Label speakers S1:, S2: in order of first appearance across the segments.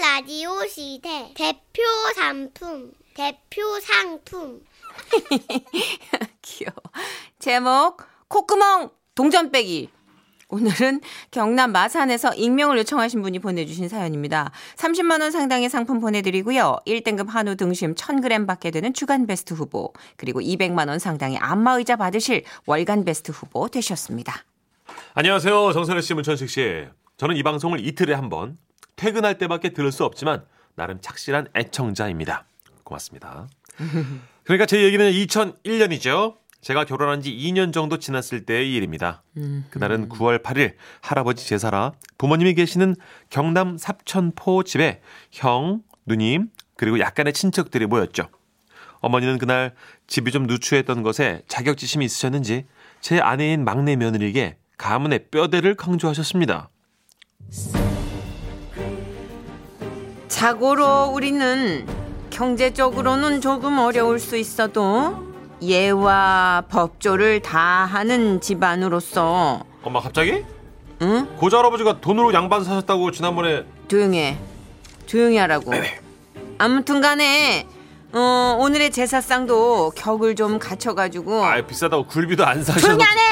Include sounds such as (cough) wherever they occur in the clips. S1: 라디오 시대 대표 상품 대표 상품
S2: 귀여워. (laughs) 제목 콧구멍 동전 빼기. 오늘은 경남 마산에서 익명을 요청하신 분이 보내주신 사연입니다. 30만 원 상당의 상품 보내드리고요. 1등급 한우 등심 1000g 받게 되는 주간베스트 후보 그리고 200만 원 상당의 안마의자 받으실 월간베스트 후보 되셨습니다.
S3: 안녕하세요. 정선혜 씨, 문천식 씨. 저는 이 방송을 이틀에 한 번 퇴근할 때밖에 들을 수 없지만 나름 착실한 애청자입니다. 고맙습니다. 그러니까 제 얘기는 2001년이죠. 제가 결혼한 지 2년 정도 지났을 때의 일입니다. 그날은 9월 8일 할아버지 제사라 부모님이 계시는 경남 삽천포 집에 형, 누님, 그리고 약간의 친척들이 모였죠. 어머니는 그날 집이 좀 누추했던 것에 자격지심이 있으셨는지 제 아내인 막내 며느리에게 가문의 뼈대를 강조하셨습니다.
S2: 자고로 우리는 경제적으로는 조금 어려울 수 있어도 예와 법조를 다 하는 집안으로서
S3: 엄마 갑자기?
S2: 응?
S3: 고자 할아버지가 돈으로 양반 사셨다고 지난번에
S2: 조용해. 조용히 하라고. 아무튼 간에, 어, 오늘의 제사상도 격을 좀 갖춰가지고.
S3: 아 비싸다고 굴비도 안 사셔서
S2: 조용히 안 해!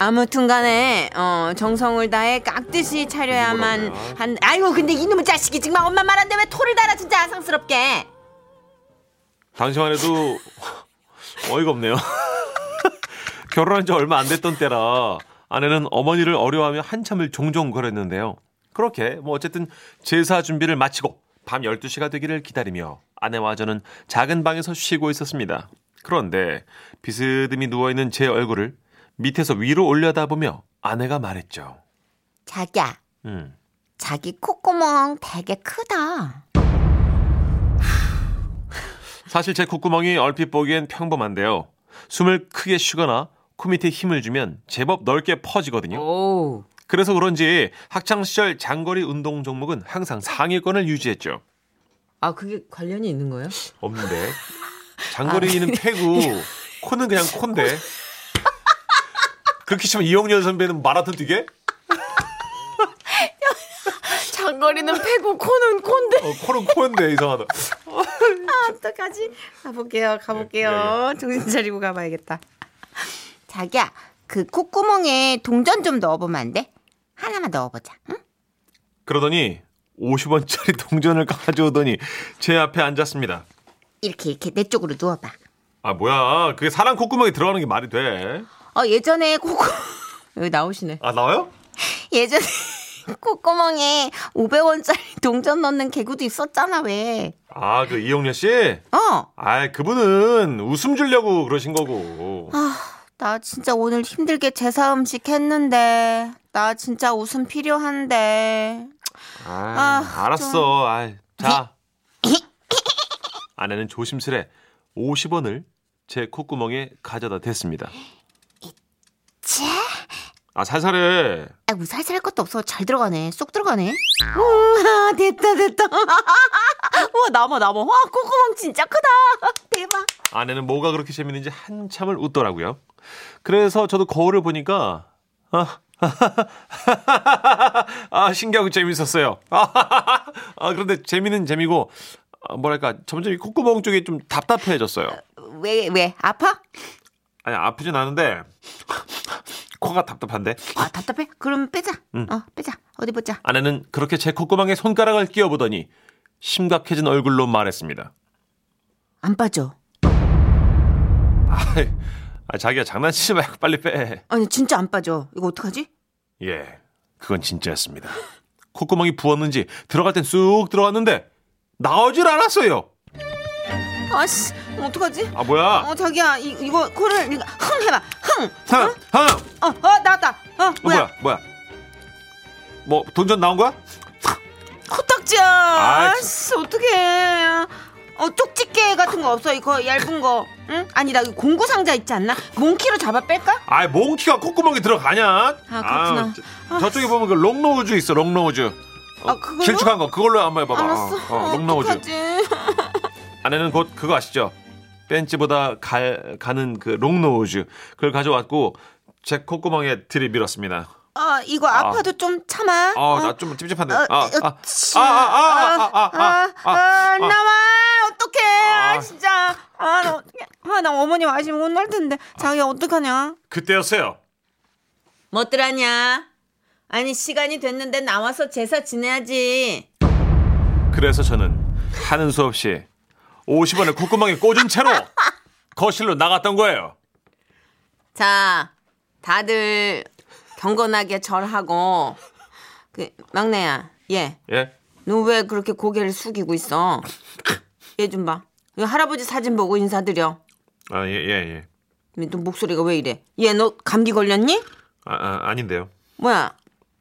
S2: 아무튼 간에, 어, 정성을 다해 깍듯이 차려야만
S3: 뭐라고요?
S2: 한, 아이고, 근데 이놈의 자식이 정말 엄마 말한데 왜 토를 달아, 진짜 아상스럽게.
S3: 당시만 해도 (laughs) 어이가 없네요. (laughs) 결혼한 지 얼마 안 됐던 때라 아내는 어머니를 어려워하며 한참을 종종 거렸는데요. 그렇게 뭐 어쨌든 제사 준비를 마치고 밤 12시가 되기를 기다리며 아내와 저는 작은 방에서 쉬고 있었습니다. 그런데 비스듬히 누워있는 제 얼굴을 밑에서 위로 올려다보며 아내가 말했죠.
S2: 자기야,
S3: 음.
S2: 자기 콧구멍 되게 크다.
S3: 사실 제 콧구멍이 얼핏 보기엔 평범한데요. 숨을 크게 쉬거나 코 밑에 힘을 주면 제법 넓게 퍼지거든요.
S2: 오.
S3: 그래서 그런지 학창 시절 장거리 운동 종목은 항상 상위권을 유지했죠.
S2: 아, 그게 관련이 있는 거예요?
S3: 없는데 장거리는 패고 코는 그냥 콘데. 그렇게 치면 이용렬 선배는 마라톤 뛰게?
S2: 장거리는 패고 코는 콘데.
S3: 어, 코는 코인데 이상하다.
S2: 어떡하지? 가볼게요. 가볼게요.
S3: 예,
S2: 정신 차리고 가봐야겠다. 자기야, 그 콧구멍에 동전 좀 넣어보면 안 돼? 하나만 넣어보자. 응?
S3: 그러더니 50원짜리 (laughs) 동전을 가져오더니 제 앞에 앉았습니다.
S2: 이렇게 이렇게 내 쪽으로 누워봐.
S3: 아 뭐야? 그게 사람 콧구멍에 들어가는 게 말이 돼?
S2: 어 예전에 콧구 (laughs) 여기 나오시네.
S3: 아 나와요?
S2: 예전에 (laughs) 콧구멍에 500원짜리 동전 넣는 개구도 있었잖아 왜?
S3: 아 그 이용렬 씨?
S2: 어.
S3: 아 그분은 웃음 주려고 그러신 거고.
S2: 나 진짜 오늘 힘들게 제사 음식 했는데 나 진짜 웃음 필요한데
S3: 아,
S2: 아,
S3: 알았어. 아이, 자. 아내는 조심스레 50원을 제 콧구멍에 가져다 댔습니다.
S2: 쟤?
S3: 아, 살살해.
S2: 아, 뭐 살살 할 것도 없어. 잘 들어가네. 쏙 들어가네. (laughs) 우와, 됐다, 됐다. 우와, 남아, 남아. 와, 콧구멍 진짜 크다. (laughs) 대박.
S3: 아내는 뭐가 그렇게 재밌는지 한참을 웃더라고요. 그래서 저도 거울을 보니까 아, (laughs) 아 신기하고 재밌었어요. (laughs) 아, 그런데 재미는 재미고 아, 뭐랄까 점점 이 콧구멍 쪽이 좀 답답해졌어요.
S2: 왜, 왜? 아파?
S3: 아니 아프진 않은데 (laughs) 코가 답답한데
S2: 아, 답답해? 그럼 빼자. 어, 빼자. 어디 보자.
S3: 아내는 그렇게 제 콧구멍에 손가락을 끼워보더니 심각해진 얼굴로 말했습니다.
S2: 안 빠져.
S3: 아이, 아, 자기야 장난치지 말고 (laughs) 빨리 빼.
S2: 아니, 진짜 안 빠져. 이거 어떡하지?
S3: 예, 그건 진짜였습니다. 콧구멍이 부었는지 들어갈 땐 쑥 들어갔는데 나오질 않았어요.
S2: 아씨, 어떡하지?
S3: 아 뭐야?
S2: 어, 자기야, 이, 이거 코를, 이거 흥 해봐. 흥!
S3: 하나, 하나. 어,
S2: 어, 어, 나왔다. 어, 뭐야?
S3: 뭐야? 뭐야? 뭐 돈전 나온 거야?
S2: 코딱지야.
S3: 아,
S2: 아씨, 어떡해. 어, 쪽집게 같은 거 없어. 이거 얇은 거. 응? 아니다. 이거 공구 상자 있지 않나? 몽키로 잡아 뺄까?
S3: 아이 몽키가 콧구멍에 들어가냐? 아
S2: 그렇구나. 아.
S3: 저, 쪽에 보면 그 롱노우즈 있어 롱노우즈.
S2: 아, 그걸로?
S3: 어, 길쭉한 거 그걸로 한번 해봐봐.
S2: 알았어.
S3: 어, 어, 롱노우즈.
S2: 어떡하지?
S3: 아내는 곧 그거 아시죠? 벤츠보다 갈, 가는 그 롱노우즈 그걸 가져왔고 제 콧구멍에 들이밀었습니다.
S2: 아, 이거 아파도 좀 참아. 어.
S3: 아, 나 좀 찝찝한데. 아, 아, 아,
S2: 으쌰.
S3: 아, 아, 아, 아, 아,
S2: 아, 아,
S3: 아, 아.
S2: 나와 어떡해 아,
S3: 아.
S2: 진짜 아나 어떡해 아나 어머님 아시면 혼날 텐데 자기야 어떡하냐
S3: 그때였어요.
S2: 뭐들하냐 아니 시간이 됐는데 나와서 제사 지내야지
S3: 그래서 저는 하는 수 없이 50원을 콧구멍에 꽂은 채로 거실로 나갔던 거예요.
S2: 자 다들 경건하게 절하고 그 막내야
S3: 예?
S2: 얘 너 왜 그렇게 고개를 숙이고 있어 얘 좀봐 할아버지 사진 보고 인사드려
S3: 아, 예, 예, 예.
S2: 너 목소리가 왜 이래 얘 너 감기 걸렸니?
S3: 아, 아 아닌데요.
S2: 뭐야?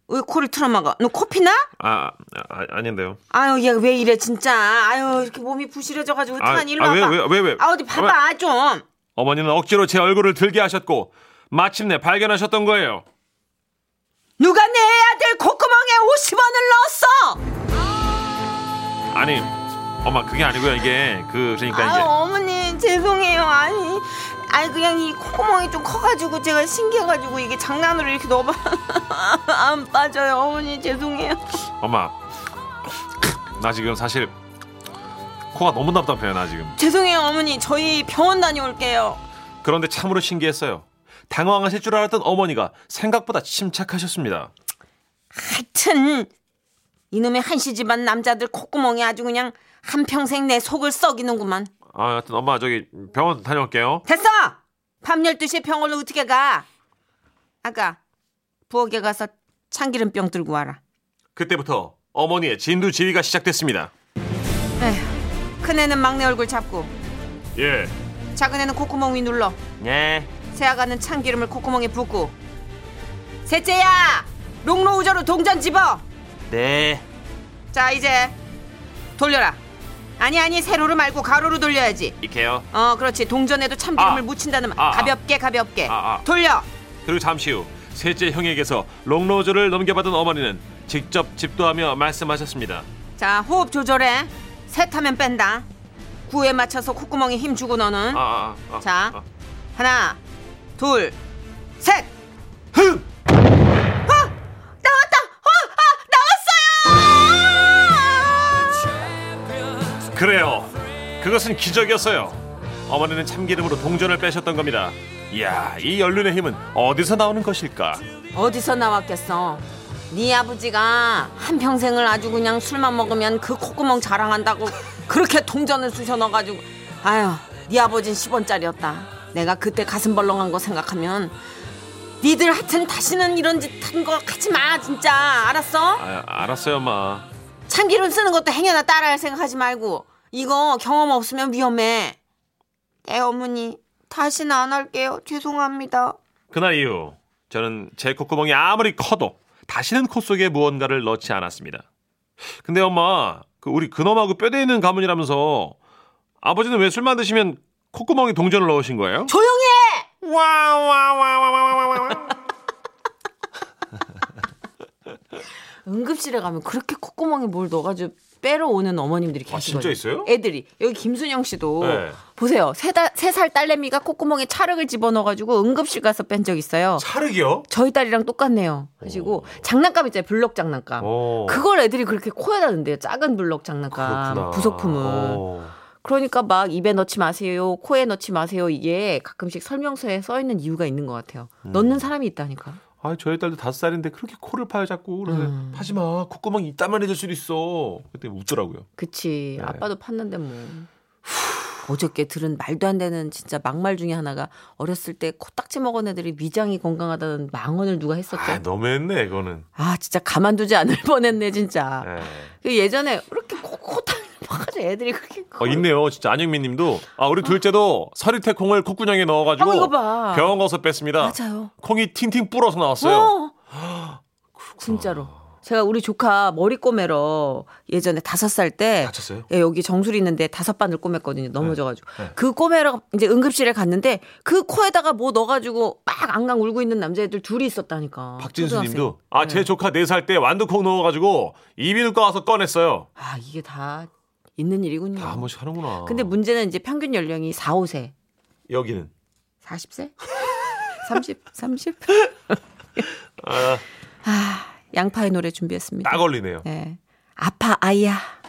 S2: 왜 코를 틀어막아? 너 코피나?
S3: 아, 아 아닌데요.
S2: 아유 얘 왜 이래 진짜 아유 이렇게 몸이 부실해져가지고
S3: 아,
S2: 어떡하니 일로
S3: 아, 왜,
S2: 와봐
S3: 왜, 왜, 왜?
S2: 아 어디 봐봐 좀
S3: 어머니는 억지로 제 얼굴을 들게 하셨고 마침내 발견하셨던 거예요.
S2: 누가 내 아들 콧구멍에 50원을 넣었어
S3: 아니, 엄마 그게 아니고요. 이게 그 그러니까
S2: 아유
S3: 이제
S2: 어머니 죄송해요 아니 아니 그냥 이 콧구멍이 좀 커가지고 제가 신기해가지고 이게 장난으로 이렇게 넣어봐 (laughs) 안 빠져요 어머니 죄송해요
S3: 엄마 나 지금 사실 코가 너무 답답해요. 나 지금.
S2: 죄송해요 어머니 저희 병원 다녀올게요
S3: 그런데 참으로 신기했어요. 당황하실 줄 알았던 어머니가 생각보다 침착하셨습니다.
S2: 하여튼 이놈의 한시 집안 남자들 콧구멍이 아주 그냥 한평생 내 속을 썩이는구만
S3: 아, 하여튼 엄마 저기 병원 다녀올게요.
S2: 됐어! 밤 12시에 병원로 어떻게 가? 아가 부엌에 가서 참기름병 들고 와라
S3: 그때부터 어머니의 진두 지휘가 시작됐습니다.
S2: 에휴 큰애는 막내 얼굴 잡고
S3: 예.
S2: 작은애는 콧구멍 위 눌러
S3: 네.
S2: 새아가는 참기름을 콧구멍에 붓고 셋째야 롱로 우저로 동전 집어
S3: 네.
S2: 자 이제 돌려라 아니 아니 세로로 말고 가로로 돌려야지
S3: 이케요.
S2: 어, 그렇지. 동전에도 참기름을
S3: 아.
S2: 묻힌다는 말.
S3: 아, 아.
S2: 가볍게, 가볍게.
S3: 아, 아.
S2: 돌려.
S3: 그리고 잠시 후 셋째 형에게서 롱로즈를 넘겨받은 어머니는 직접 집도하며 말씀하셨습니다.
S2: 자, 호흡 조절해. 셋하면 뺀다. 구에 맞춰서 콧구멍에 힘 주고 너는.
S3: 아, 아, 아,
S2: 자,
S3: 아.
S2: 하나, 둘, 셋.
S3: 흥!
S2: 나왔다. 어, 아, 나왔어요.
S3: 그래요. 그것은 기적이었어요. 어머니는 참기름으로 동전을 빼셨던 겁니다. 이야, 이 연륜의 힘은 어디서 나오는 것일까?
S2: 어디서 나왔겠어? 네 아버지가 한 평생을 아주 그냥 술만 먹으면 그 콧구멍 자랑한다고 그렇게 동전을 쑤셔 넣어가지고 아유 네 아버진 10원짜리였다 내가 그때 가슴 벌렁한 거 생각하면 니들 하여튼 다시는 이런 짓 한 거 하지 마 진짜 알았어?
S3: 아, 알았어요, 엄마.
S2: 참기름 쓰는 것도 행여나 따라할 생각하지 말고 이거 경험 없으면 위험해 네 어머니 다시는 안 할게요 죄송합니다
S3: 그날 이후 저는 제 콧구멍이 아무리 커도 다시는 코 속에 무언가를 넣지 않았습니다. 근데 엄마, 그 우리 그놈하고 뼈대 있는 가문이라면서 아버지는 왜 술만 드시면 콧구멍에 동전을 넣으신 거예요?
S2: 조용히 해!
S3: 와와와와와와와.
S2: 응급실에 가면 그렇게 콧구멍에 뭘 넣어가지고 빼러 오는 어머님들이
S3: 아,
S2: 계시거든요.
S3: 진짜 있어요?
S2: 애들이 여기 김순영 씨도
S3: 네.
S2: 보세요. 세살 딸내미가 콧구멍에 찰흙을 집어넣어가지고 응급실 가서 뺀 적 있어요.
S3: 찰흙이요?
S2: 저희 딸이랑 똑같네요. 하시고 장난감 있잖아요. 블럭 장난감.
S3: 오.
S2: 그걸 애들이 그렇게 코에다 넣는데요. 작은 블럭 장난감 부속품은.
S3: 오.
S2: 그러니까 막 입에 넣지 마세요. 코에 넣지 마세요. 이게 가끔씩 설명서에 써 있는 이유가 있는 것 같아요.
S3: 음.
S2: 넣는 사람이 있다니까.
S3: 아, 저희 딸도 다섯 살인데 그렇게 코를 파요 자꾸. 그래서
S2: 음.
S3: 파지 마. 콧구멍이 이따만 해질 수도 있어. 그때 웃더라고요.
S2: 그치
S3: 네.
S2: 아빠도 팠는데 뭐 어저께 들은 말도 안 되는 진짜 막말 중에 하나가 어렸을 때 코딱지 먹은 애들이 위장이 건강하다는 망언을 누가 했었죠
S3: 아,
S2: 아,
S3: 너무했네, 그거는.
S2: 진짜 가만두지 않을 (laughs) 뻔했네 진짜
S3: 예.
S2: 그 예전에 이렇게 코- 코딱지 먹어가지고 애들이 그렇게
S3: 어, 있네요. 진짜 안영민 님도. 아, 우리 둘째도 서리태 콩을 콧구멍에
S2: 어, 이거
S3: 넣어가지고
S2: 봐.
S3: 병원 가서 뺐습니다.
S2: 맞아요
S3: 콩이 팅팅 불어서 나왔어요. 아,
S2: 어 진짜로 제가 우리 조카 머리 꼬매러 예전에 다섯 살때
S3: 다쳤어요?
S2: 예, 여기 정수리 있는데 다섯 바늘 꼬맸거든요. 넘어져가지고.
S3: 네.
S2: 그 꼬매러 이제 응급실에 갔는데 그 코에다가 뭐 넣어가지고 막 앙강 울고 있는 남자애들 둘이 있었다니까.
S3: 박진수
S2: 초등학생.
S3: 님도. 아, 제
S2: 어, 네.
S3: 조카 네 살 때 완두콩 넣어가지고 이비인후과 가서 꺼냈어요.
S2: 아, 이게 다 있는 일이군요.
S3: 다 어. 한 번씩 하는구나.
S2: 근데 문제는 이제 평균 연령이 4, 5세.
S3: 여기는. (laughs)
S2: 40세? 30? 30?
S3: 아,
S2: 양파의 노래 준비했습니다.
S3: 딱 걸리네요.
S2: 예. 아파 아이야.